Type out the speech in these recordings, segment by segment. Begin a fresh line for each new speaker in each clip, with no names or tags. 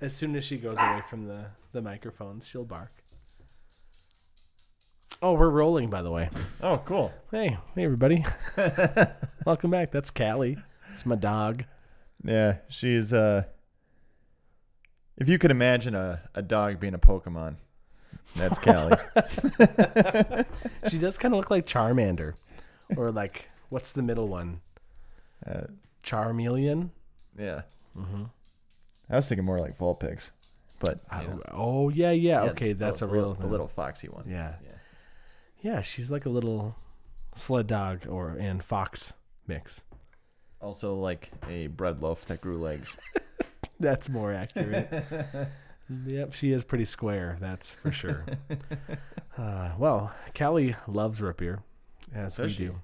As soon as she goes away from the, the microphones, she'll bark. Oh, we're rolling, by the way.
Oh, cool.
Hey, hey, everybody. Welcome back. That's Callie. It's my dog.
Yeah, she's uh if you could imagine a, a dog being a Pokemon, that's Callie.
She does kind of look like Charmander. Or, like, what's the middle one?
uh,
Charmeleon?
yeah. Mm-hmm. I was thinking more like Vulpix, but
I-
you know,
Oh, yeah, yeah.
yeah,
Okay,
the-
that's
the,
a real.
the little foxy one.
Yeah.
Yeah.
yeah. she's like a little sled dog or and fox mix.
Also like a bread loaf that grew legs.
That's more accurate. yep, she is pretty square, that's for sure. uh, well, Callie loves Root Beer, as we
Does she?
do.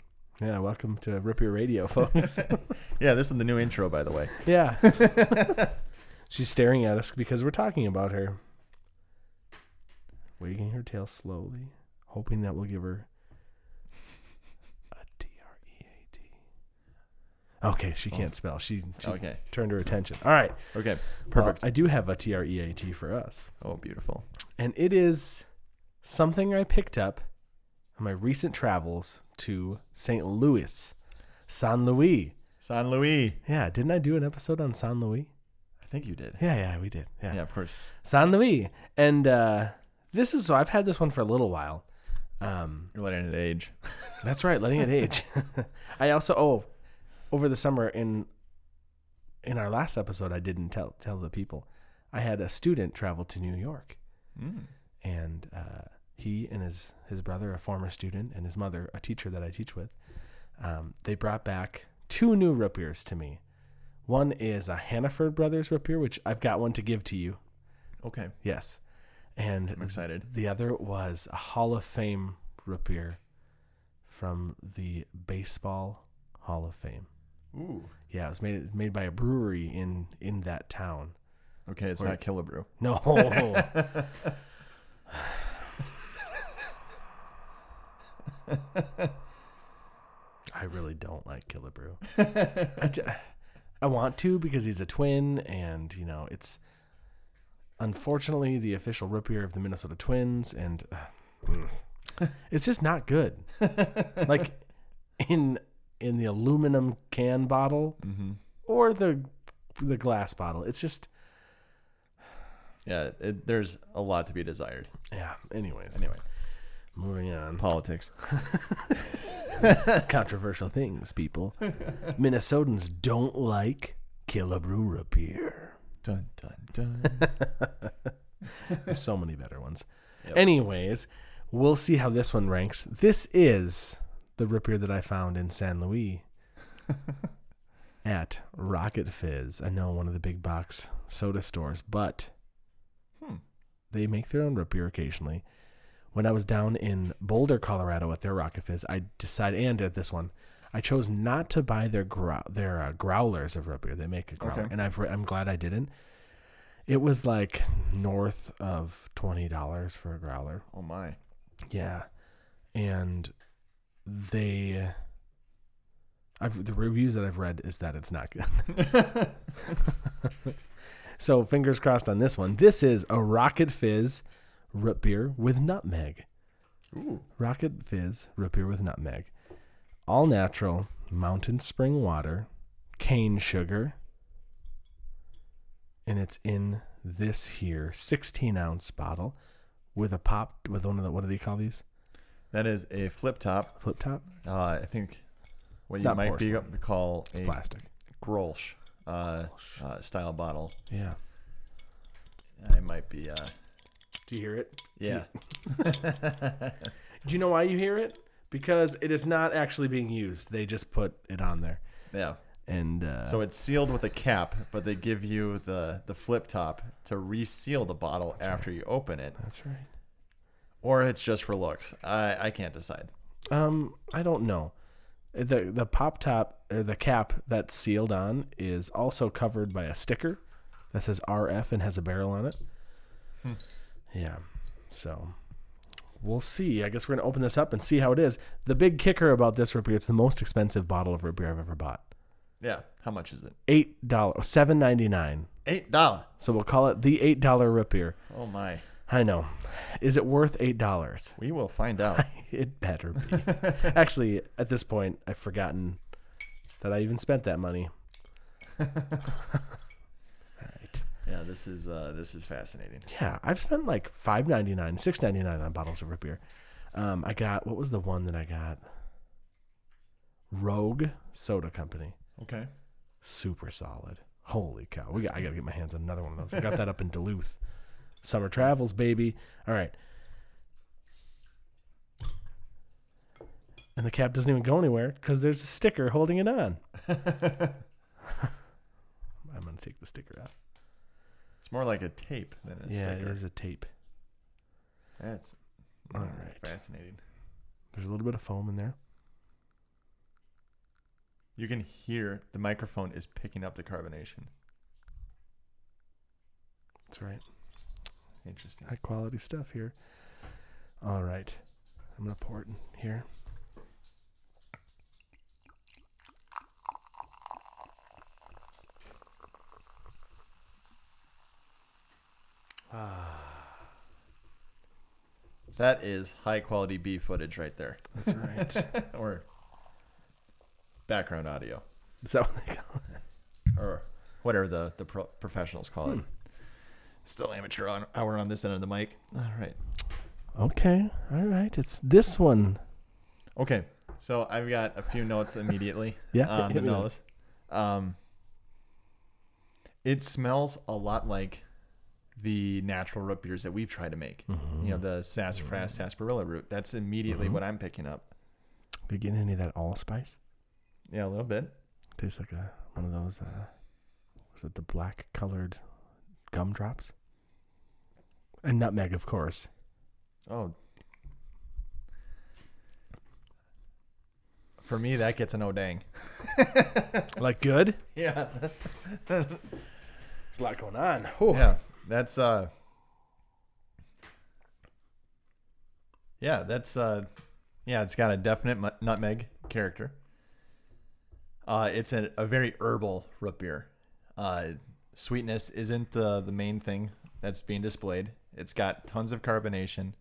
Yeah, welcome to Root Beer Radio, folks.
yeah, this is the new intro by the way.
yeah. she's staring at us because we're talking about her. Wagging her tail slowly, hoping that will give her a D R E A T. Okay, she
Oh.
can't spell. She, she
Okay.
turned her attention. All right.
Okay.
Well,
Perfect.
I do have a T R E A T for us.
oh, beautiful.
And it is something I picked up on my recent travels to St. Louis, San Luis.
San Luis.
Yeah, didn't I do an episode on San Luis?
I think you did.
Yeah, yeah, we did. Yeah.
Yeah, of course.
San Luis. And uh, this is so I've had this one for a little while. Um,
You're letting it age.
that's right, letting it age. I also oh, over the summer in in our last episode I didn't tell tell the people. I had a student travel to New York.
Mm.
and uh, he and his his brother, a former student, and his mother, a teacher that I teach with, um, they brought back two new root beers to me. One is a Hannaford Brothers root beer, which I've got one to give to you.
Okay.
Yes, and
I'm excited.
the other was a Hall of Fame root beer from the Baseball Hall of Fame.
Ooh.
Yeah, it was made it was made by a brewery in in that town.
Okay, it's
Or-
not Killabrew.
No. I really don't like Killebrew. I, ju- I want to because he's a twin, and you know it's unfortunately the official root beer of the Minnesota Twins, and uh, mm. it's just not good. like in in the aluminum can bottle or the the glass bottle, it's just
Yeah, it, there's a lot to be desired.
yeah. Anyways,
Anyway,
moving on.
politics.
controversial things, people. Minnesotans don't like Killabrew root beer.
Dun dun dun.
There's so many better ones.
Yep.
Anyways, we'll see how this one ranks. This is the root beer that I found in San Luis at Rocket Fizz. I know one of the big box soda stores, but
Hmm.
they make their own root beer occasionally. When I was down in Boulder, Colorado, at their Rocket Fizz, I decided, and at this one, I chose not to buy their grou- their uh, growlers of root beer. They make a growler,
Okay.
and I've re- I'm glad I didn't. It was like north of twenty dollars for a growler.
oh my.
Yeah, and they, I've the reviews that I've read is that it's not good. so fingers crossed on this one. This is a Rocket Fizz root beer with nutmeg.
Ooh.
Rocket Fizz root beer with nutmeg, all natural mountain spring water, cane sugar, and it's in this here 16 ounce bottle with a pop with one of the what do they call these
That is a flip top.
flip top?
Uh, I think what
It's
you
not
might be
porcelain.
up to call a
Plastic.
Grolsch uh, uh, style bottle.
Yeah.
I might be. Uh,
Do you hear it?
yeah.
Do you know why you hear it? Because it is not actually being used. They just put it on there.
Yeah.
And uh,
So it's sealed with a cap, but they give you the, the flip top to reseal the bottle after you open it,
that's right.
or it's just for looks. I, I can't decide.
Um, I don't know. the The pop top or the cap that's sealed on is also covered by a sticker that says RF and has a barrel on it. Yeah. So We'll see. I guess we're gonna open this up and see how it is. The big kicker about this root beer, it's the most expensive bottle of root beer I've ever bought.
Yeah. How much is it?
Eight dollars seven ninety nine.
Eight dollar.
So we'll call it the eight dollar root beer.
Oh my.
I know. Is it worth eight dollars?
We will find out.
It better be. Actually, at this point, I've forgotten that I even spent that money. All right.
yeah. This is uh, this is fascinating.
Yeah, I've spent like five ninety nine, six ninety nine on bottles of root beer. Um, I got what was the one that I got? Rogue Soda Company,
Okay.
super solid. Holy cow! We got, I got to get my hands on another one of those. I got that up in Duluth. Summer travels, baby. All right. And the cap doesn't even go anywhere because there's a sticker holding it on. I'm gonna take the sticker out.
It's more like a tape than a
yeah,
sticker.
it is a tape.
That's
All
mm,
right.
fascinating.
There's a little bit of foam in there.
You can hear the microphone is picking up the carbonation.
That's right.
Interesting.
high quality stuff here. All right, I'm gonna pour it in here.
That is high quality B footage right there,
That's right.
or background audio,
Is that what they call it?
or whatever the the pro- professionals call it. Still amateur on, hour on this end of the mic. All right.
Okay, all right. It's this one.
Okay, so I've got a few notes immediately
Yeah,
on the
hit me with it.
nose. Um, it smells a lot like the natural root beers that we've tried to make.
Mm-hmm.
You know, the sassafras sarsaparilla root. That's immediately what I'm picking up.
Are you getting any of that allspice?
Yeah, a little bit.
Tastes like a one of those. Uh, was it the black colored gumdrops? And nutmeg, of course.
Oh. For me, that gets an oh dang.
Like good.
Yeah.
There's a lot going on. Oh,
Yeah, that's uh Yeah, that's uh yeah, it's got a definite mu- nutmeg character. Uh it's a, a very herbal root beer. Uh sweetness isn't the the main thing that's being displayed. It's got tons of carbonation.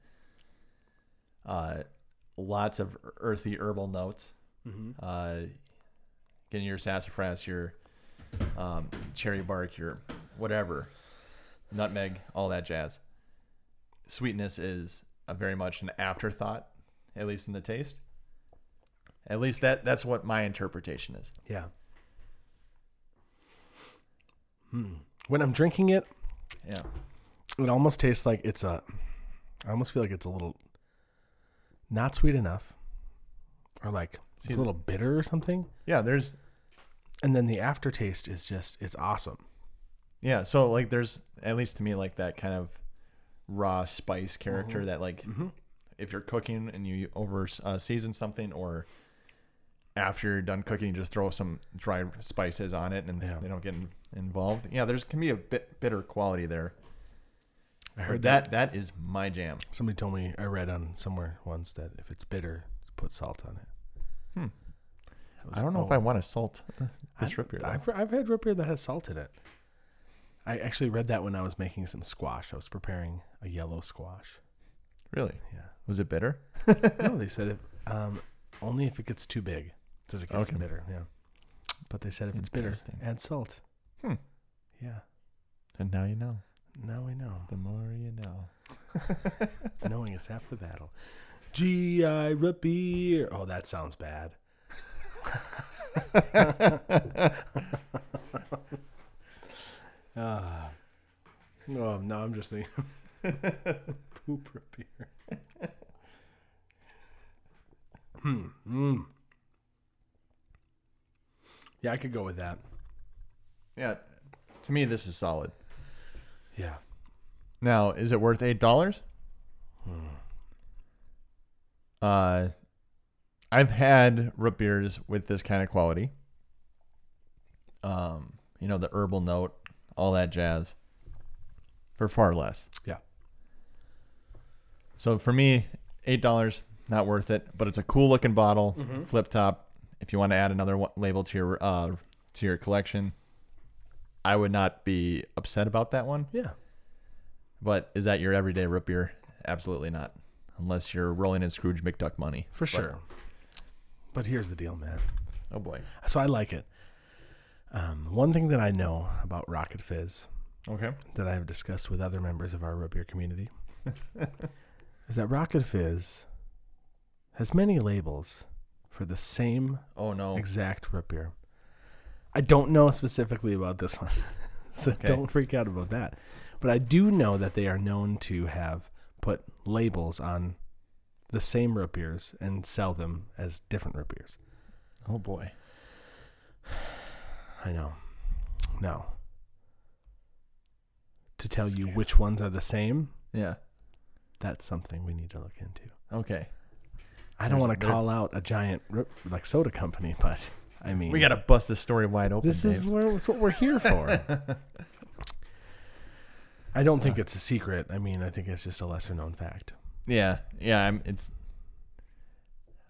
Uh lots of earthy herbal notes. Uh getting your sassafras, your um, cherry bark, your whatever, nutmeg, all that jazz. Sweetness is a very much an afterthought, at least in the taste. At least that that's what my interpretation is.
Yeah. Hmm. When I'm drinking it,
Yeah.
it almost tastes like it's a I almost feel like it's a little not sweet enough or like it's a little bitter or something
Yeah, there's
and then the aftertaste is just it's awesome
yeah, so like there's at least to me like that kind of raw spice character
Mm-hmm.
that like if you're cooking and you over uh, season something or after you're done cooking, you just throw some dry spices on it and
Yeah.
they don't get in- involved. Yeah, there's can be a bit bitter quality there.
I
But
heard that.
that that is my jam.
somebody told me I read on somewhere once that if it's bitter put salt on it hmm
I don't know if I want to salt this root beer. though.
I've, I've had root beer that has salt in it I actually read that when I was making some squash I was preparing a yellow squash
Really?
Yeah.
Was it bitter?
no, they said if, um, only if it gets too big does it get
Okay.
bitter. Yeah, but they said if it's bitter,
Interesting.
add salt.
Hmm.
Yeah.
And now you know.
Now we know.
The more you know.
Knowing is half the battle. G.I. root beer. Oh, that sounds bad. Ah. no, no, I'm just thinking poop root beer. hmm. Mm. Yeah, I could go with that.
Yeah. To me, this is solid.
Yeah.
Now, is it worth eight dollars? Hmm. Uh, I've had root beers with this kind of quality. Um, you know the herbal note, all that jazz. For far less.
Yeah.
So for me, eight dollars. Not worth it, but it's a cool looking bottle,
Mm-hmm.
flip top. If you want to add another one, label to your uh, to your collection, I would not be upset about that one.
Yeah.
But is that your everyday root beer? Absolutely not, unless you're rolling in Scrooge McDuck money
For
But-
sure. But here's the deal, man.
oh boy.
So I like it. Um, one thing that I know about Rocket Fizz
Okay.
that I have discussed with other members of our root beer community is that Rocket Fizz has many labels for the same
Oh no.
exact root beer. I don't know specifically about this one, so
Okay.
don't freak out about that. But I do know that they are known to have put labels on the same root beers and sell them as different root beers.
Oh boy.
I know. No. To tell you
Scam.
which ones are the same,
Yeah.
that's something we need to look into.
Okay.
I don't
There's a
want to
bit of-
call out a giant root- like soda company, but I mean,
We gotta bust this story wide open.
This is
Dave.
where, this is what we're here for. I don't think it's a secret. I mean, I think it's just a lesser known fact.
yeah, yeah. I'm, it's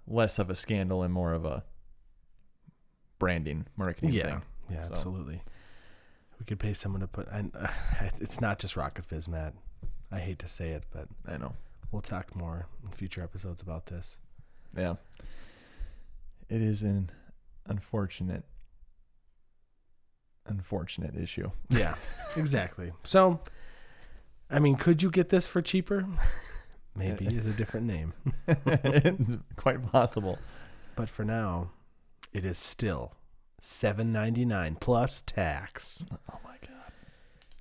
less of a scandal and more of a branding marketing
Yeah,
thing.
yeah,
So-
absolutely. We could pay someone to put. And uh, it's not just Rocket Fizz, Matt. I hate to say it, but
I know.
we'll talk more in future episodes about this.
Yeah, it is an unfortunate, unfortunate issue.
Yeah, exactly. So, I mean, could you get this for cheaper? Maybe is a different name,
it's quite possible.
but for now, it is still seven ninety nine plus tax.
Oh my god.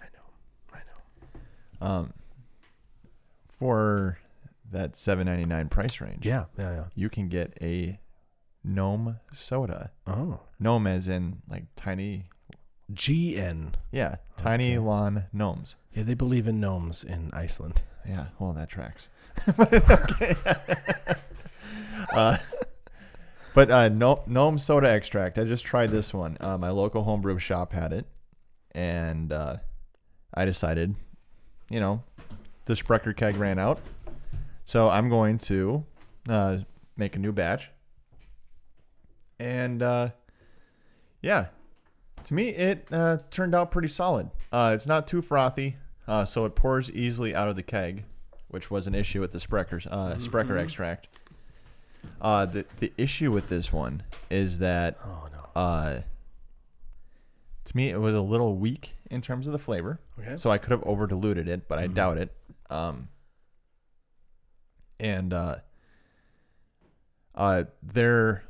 I know. I know.
Um, for that seven ninety nine price range,
Yeah, yeah, yeah.
you can get a gnome soda.
Oh.
Gnome as in like tiny,
GN.
yeah, tiny lawn gnomes.
Yeah, they believe in gnomes in Iceland.
Yeah, well that tracks. But it's okay. uh, but uh, gno- gnome soda extract. I just tried this one. Uh, my local homebrew shop had it, and uh, I decided, you know, the Sprecher keg ran out, so I'm going to uh, make a new batch. And uh, yeah, to me it uh, turned out pretty solid. Uh, it's not too frothy, uh, so it pours easily out of the keg, which was an issue with the Sprecher's uh, Sprecher extract. Uh, the the issue with this one is that
Oh no.
uh, to me it was a little weak in terms of the flavor.
Okay.
So I could have over diluted it, but I doubt it. Um, and uh, uh, their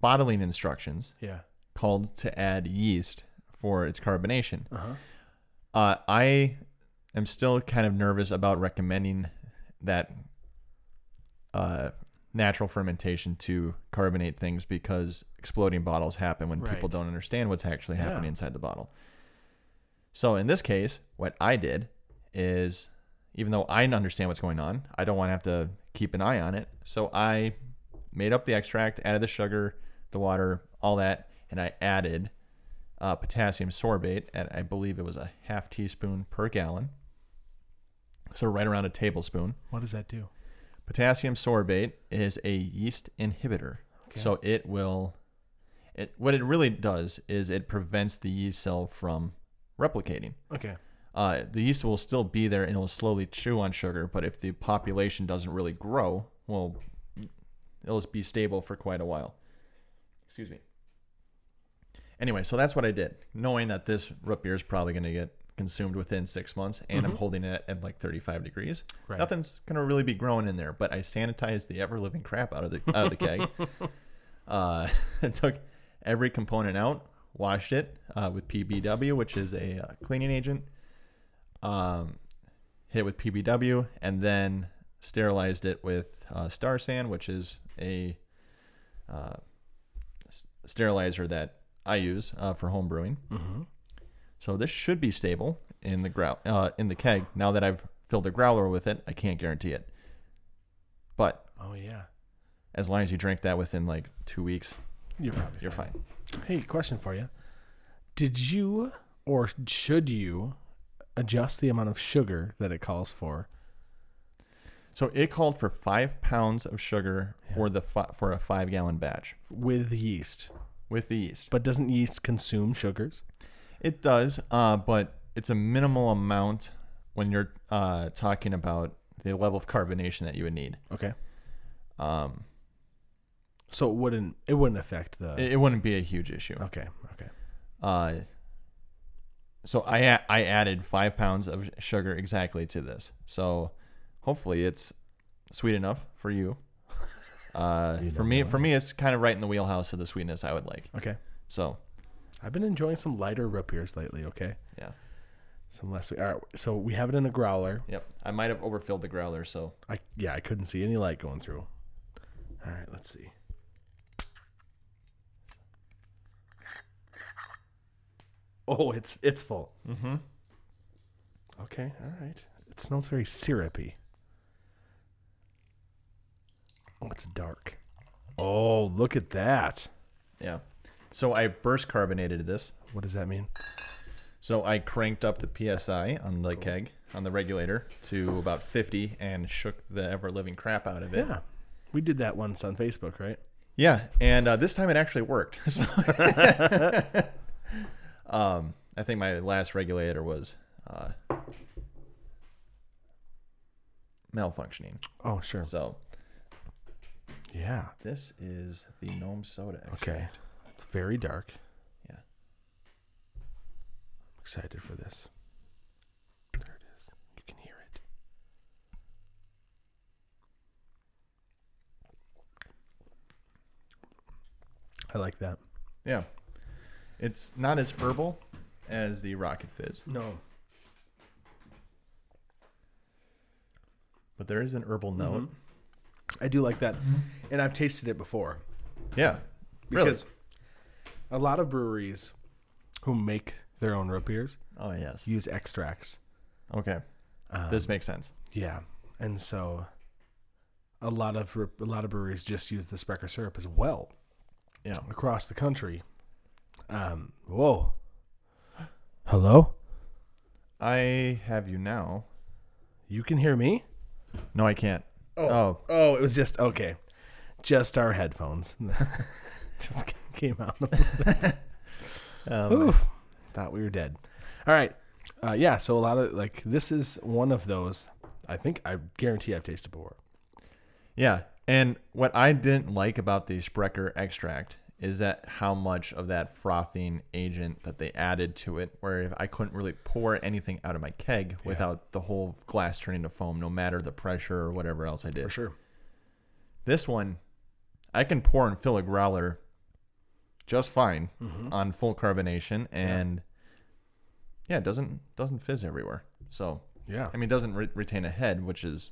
bottling instructions
Yeah.
called to add yeast for its carbonation.
Uh huh.
Uh, I am still kind of nervous about recommending that uh, natural fermentation to carbonate things because exploding bottles happen when people
Right.
don't understand what's actually happening
Yeah.
inside the bottle. So in this case, what I did is, even though I understand what's going on, I don't want to have to keep an eye on it. So I made up the extract, added the sugar, the water, all that, and I added uh, potassium sorbate at I believe it was a half teaspoon per gallon. So right around a tablespoon.
What does that do?
Potassium sorbate is a yeast inhibitor. So it will it what it really does is it prevents the yeast cell from replicating.
Okay.
Uh, the yeast will still be there and it'll slowly chew on sugar, but if the population doesn't really grow, well it'll be stable for quite a while. Excuse me. Anyway, so that's what I did, knowing that this root beer is probably going to get consumed within six months, and I'm holding it at like 35 degrees.
Right.
Nothing's going to really be growing in there, but I sanitized the ever living crap out of the out of the keg. uh, I took every component out, washed it uh, with PBW, which is a uh, cleaning agent. Um, hit with PBW, and then sterilized it with uh, star sand, which is a uh, s- sterilizer that I use uh, for home brewing.
Mm-hmm.
So this should be stable in the growl uh, in the keg. Now that I've filled a growler with it, I can't guarantee it. But
Oh yeah.
as long as you drink that within like two weeks,
You're probably.
you're fine.
Hey, question for you. Did you or should you adjust the amount of sugar that it calls for
So it called for five pounds of sugar for the fi- for a five gallon batch
with yeast.
with the yeast.
But doesn't yeast consume sugars?
It does, uh, but it's a minimal amount when you're uh, talking about the level of carbonation that you would need.
Okay.
Um,
So it wouldn't it wouldn't affect the
it, it wouldn't be a huge issue.
Okay, okay.
Uh, so I a- I added five pounds of sugar exactly to this. So hopefully it's sweet enough for you. Uh, for
don't
me, for me, it's kind of right in the wheelhouse of the sweetness I would like.
Okay.
So
I've been enjoying some lighter root beers lately, okay?
yeah,
Some less all right, so we have it in a growler.
yep. I might have overfilled the growler, so
I yeah, I couldn't see any light going through. All right, let's see. Oh, it's it's full. Mm-hmm. Okay, all right. It smells very syrupy. Oh, it's dark. Oh, look at that.
yeah. So I burst carbonated this.
What does that mean?
So I cranked up the psi on the keg on the regulator to about 50 and shook the ever living crap out of it.
Yeah. We did that once on Facebook, right?
Yeah, and uh, this time it actually worked. So um, I think my last regulator was uh, malfunctioning.
Oh, sure.
So
Yeah.
this is the gnome soda. Actually.
Okay. It's very dark.
Yeah.
I'm excited for this. There it is. You can hear it. I like that.
Yeah. It's not as herbal as the Rocket Fizz,
No.
but there is an herbal
Mm-hmm.
note.
I do like that. And I've tasted it before.
Yeah.
Because a lot of breweries who make their own root beers
really? Oh, yes.
use extracts.
Okay. this makes sense.
Yeah, and so a lot of a lot of breweries just use the Sprecher syrup as well
Yeah.
across the country. Um, whoa, hello,
I have you now.
you can hear me?
No, I can't. Oh.
Oh, it was just okay, just our headphones just came out.
Um,
Oof. Thought we were dead. All right, uh, yeah. So a lot of like this is one of those. I think I guarantee I've tasted before.
yeah. And what I didn't like about the Sprecher extract is that how much of that frothing agent that they added to it, where I couldn't really pour anything out of my keg without the whole glass turning to foam, no matter the pressure or whatever else I did.
For sure.
This one, I can pour and fill a growler just fine on full carbonation, and yeah, it doesn't doesn't fizz everywhere. So
Yeah.
I mean, it doesn't re- retain a head, which is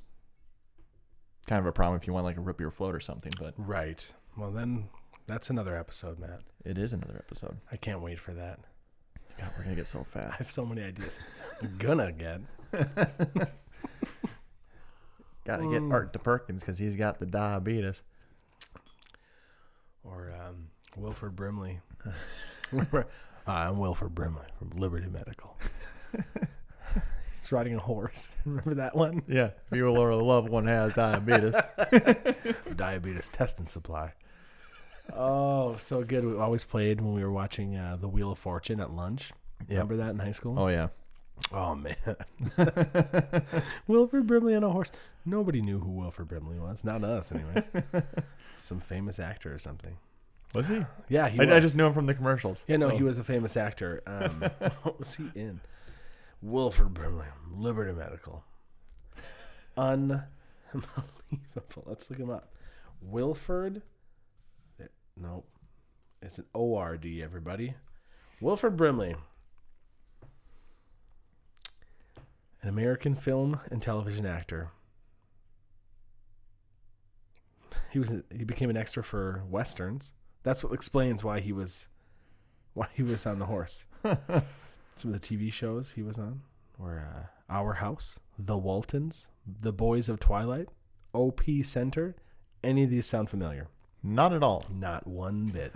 kind of a problem if you want like a root beer float or something. But
Right. Well, then that's another episode, Matt.
it is another episode.
I can't wait for that.
God, we're gonna get so
I
fat.
have so many ideas. I'm gonna get.
Gotta get Art to Perkins because he's got the diabetes.
Or um, Wilford Brimley. Remember, uh, I'm Wilford Brimley from Liberty Medical. He's riding a horse. Remember that one?
Yeah, if your Laura loved one has diabetes.
Diabetes testing supply. Oh, so good. We always played when we were watching uh, The Wheel of Fortune at lunch. Remember that in high school?
oh yeah,
Oh man, Wilford Brimley on a horse. Nobody knew who Wilford Brimley was. Not us, anyways. Some famous actor or something.
was he?
Yeah, he
I,
was.
I just knew him from the commercials.
yeah, no, he was a famous actor. Um, what was he in? Wilford Brimley, Liberty Medical. Unbelievable. Let's look him up. Wilford. eh, Nope. It's an O R D. Everybody. Wilford Brimley. An American film and television actor. He was he became an extra for westerns. That's what explains why he was why he was on the horse. Some of the TV shows he was on were uh, Our House, The Waltons, The Boys of Twilight, OP Center. Any of these sound familiar?
Not at all.
Not one bit.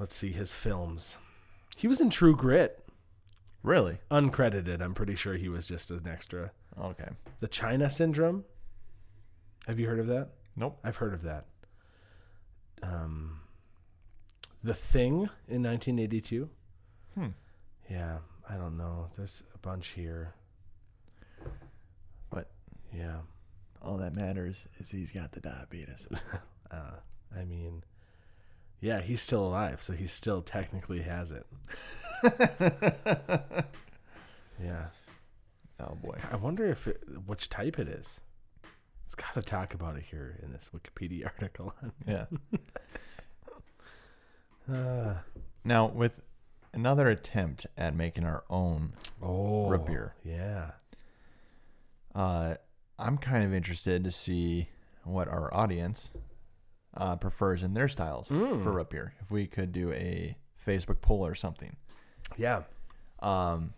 Let's see his films. He was in True Grit,
Really?
uncredited. I'm pretty sure he was just an extra.
Okay.
The China Syndrome, Have you heard of that?
Nope.
I've heard of that. Um, the Thing in 1982.
Hmm.
Yeah, I don't know. There's a bunch here.
But-
Yeah.
All that matters is he's got the diabetes.
Uh, I mean, yeah, he's still alive, so he still technically has it. Yeah.
oh boy.
I wonder if it, which type it is. It's got to talk about it here in this Wikipedia article.
Yeah.
uh,
Now with another attempt at making our own
oh,
Root beer.
Yeah.
Uh, I'm kind of interested to see what our audience uh, prefers in their styles
Mm.
for root beer. If we could do a Facebook poll or something,
Yeah.
um,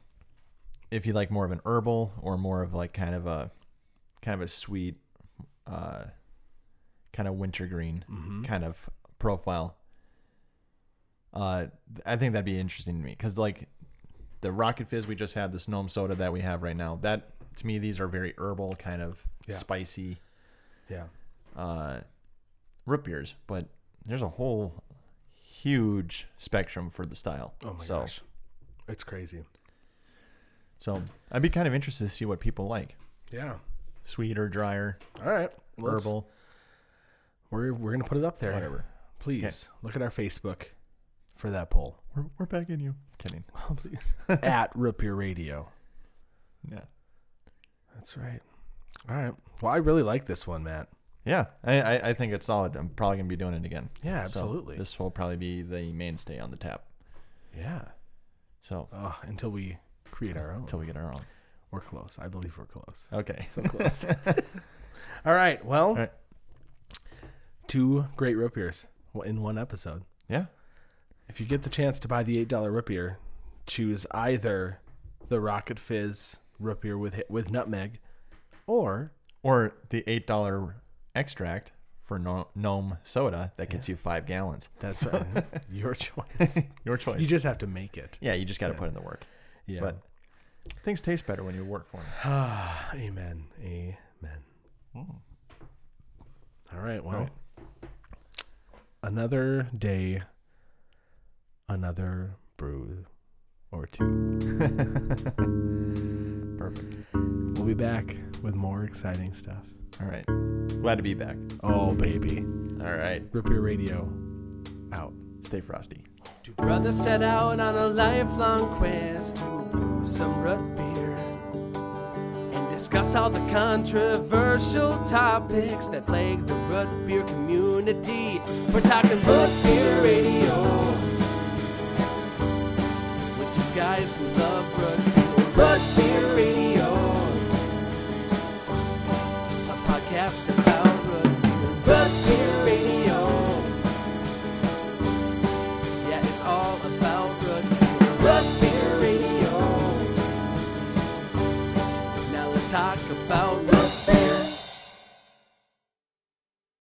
if you like more of an herbal or more of like kind of a kind of a sweet, uh, kind of wintergreen
Mm-hmm.
kind of profile. Uh, th- I think that'd be interesting to me because like the Rocket Fizz we just had, this gnome soda that we have right now, that to me these are very herbal, kind of
Yeah.
spicy
Yeah.
uh, root beers. But there's a whole huge spectrum for the style.
Oh my
so,
gosh. It's crazy.
So I'd be kind of interested to see what people like,
Yeah.
sweeter, drier,
All right. Well, let's-
herbal,
We're, we're going to put it up there.
whatever.
Please look at our Facebook for that poll.
We're, we're begging you. Kidding.
Please. at Root Beer Radio.
Yeah.
That's right. All right. Well, I really like this one, Matt.
Yeah, I, I, I think it's solid. I'm probably gonna be doing it again.
Yeah,
So
absolutely.
this will probably be the mainstay on the tap.
yeah.
So
Ugh, until we create our own.
until we get our own.
We're close. I believe we're close.
Okay.
So close. All right. Well,
right.
two great root beers in one episode.
Yeah.
If you get the chance to buy the $8 root beer, choose either the Rocket Fizz root beer with, with nutmeg or
Or the eight dollar extract for no- gnome soda that gets you five gallons.
that's uh, your choice.
Your
You
choice.
just have to make it.
yeah, you just got to put in the work.
Yeah.
But things taste better when you work for them.
Ah, amen. Amen. All right. Well,
Hmm. right.
another day, another brew or two.
Perfect.
We'll be back with more exciting stuff.
All right. Glad to be back.
Oh, baby.
All right.
Rip your radio out.
Stay frosty.
Two brothers set out on a lifelong quest to brew some root beer and discuss all the controversial topics that plague the root beer community. We're talking root beer radio with two guys who love root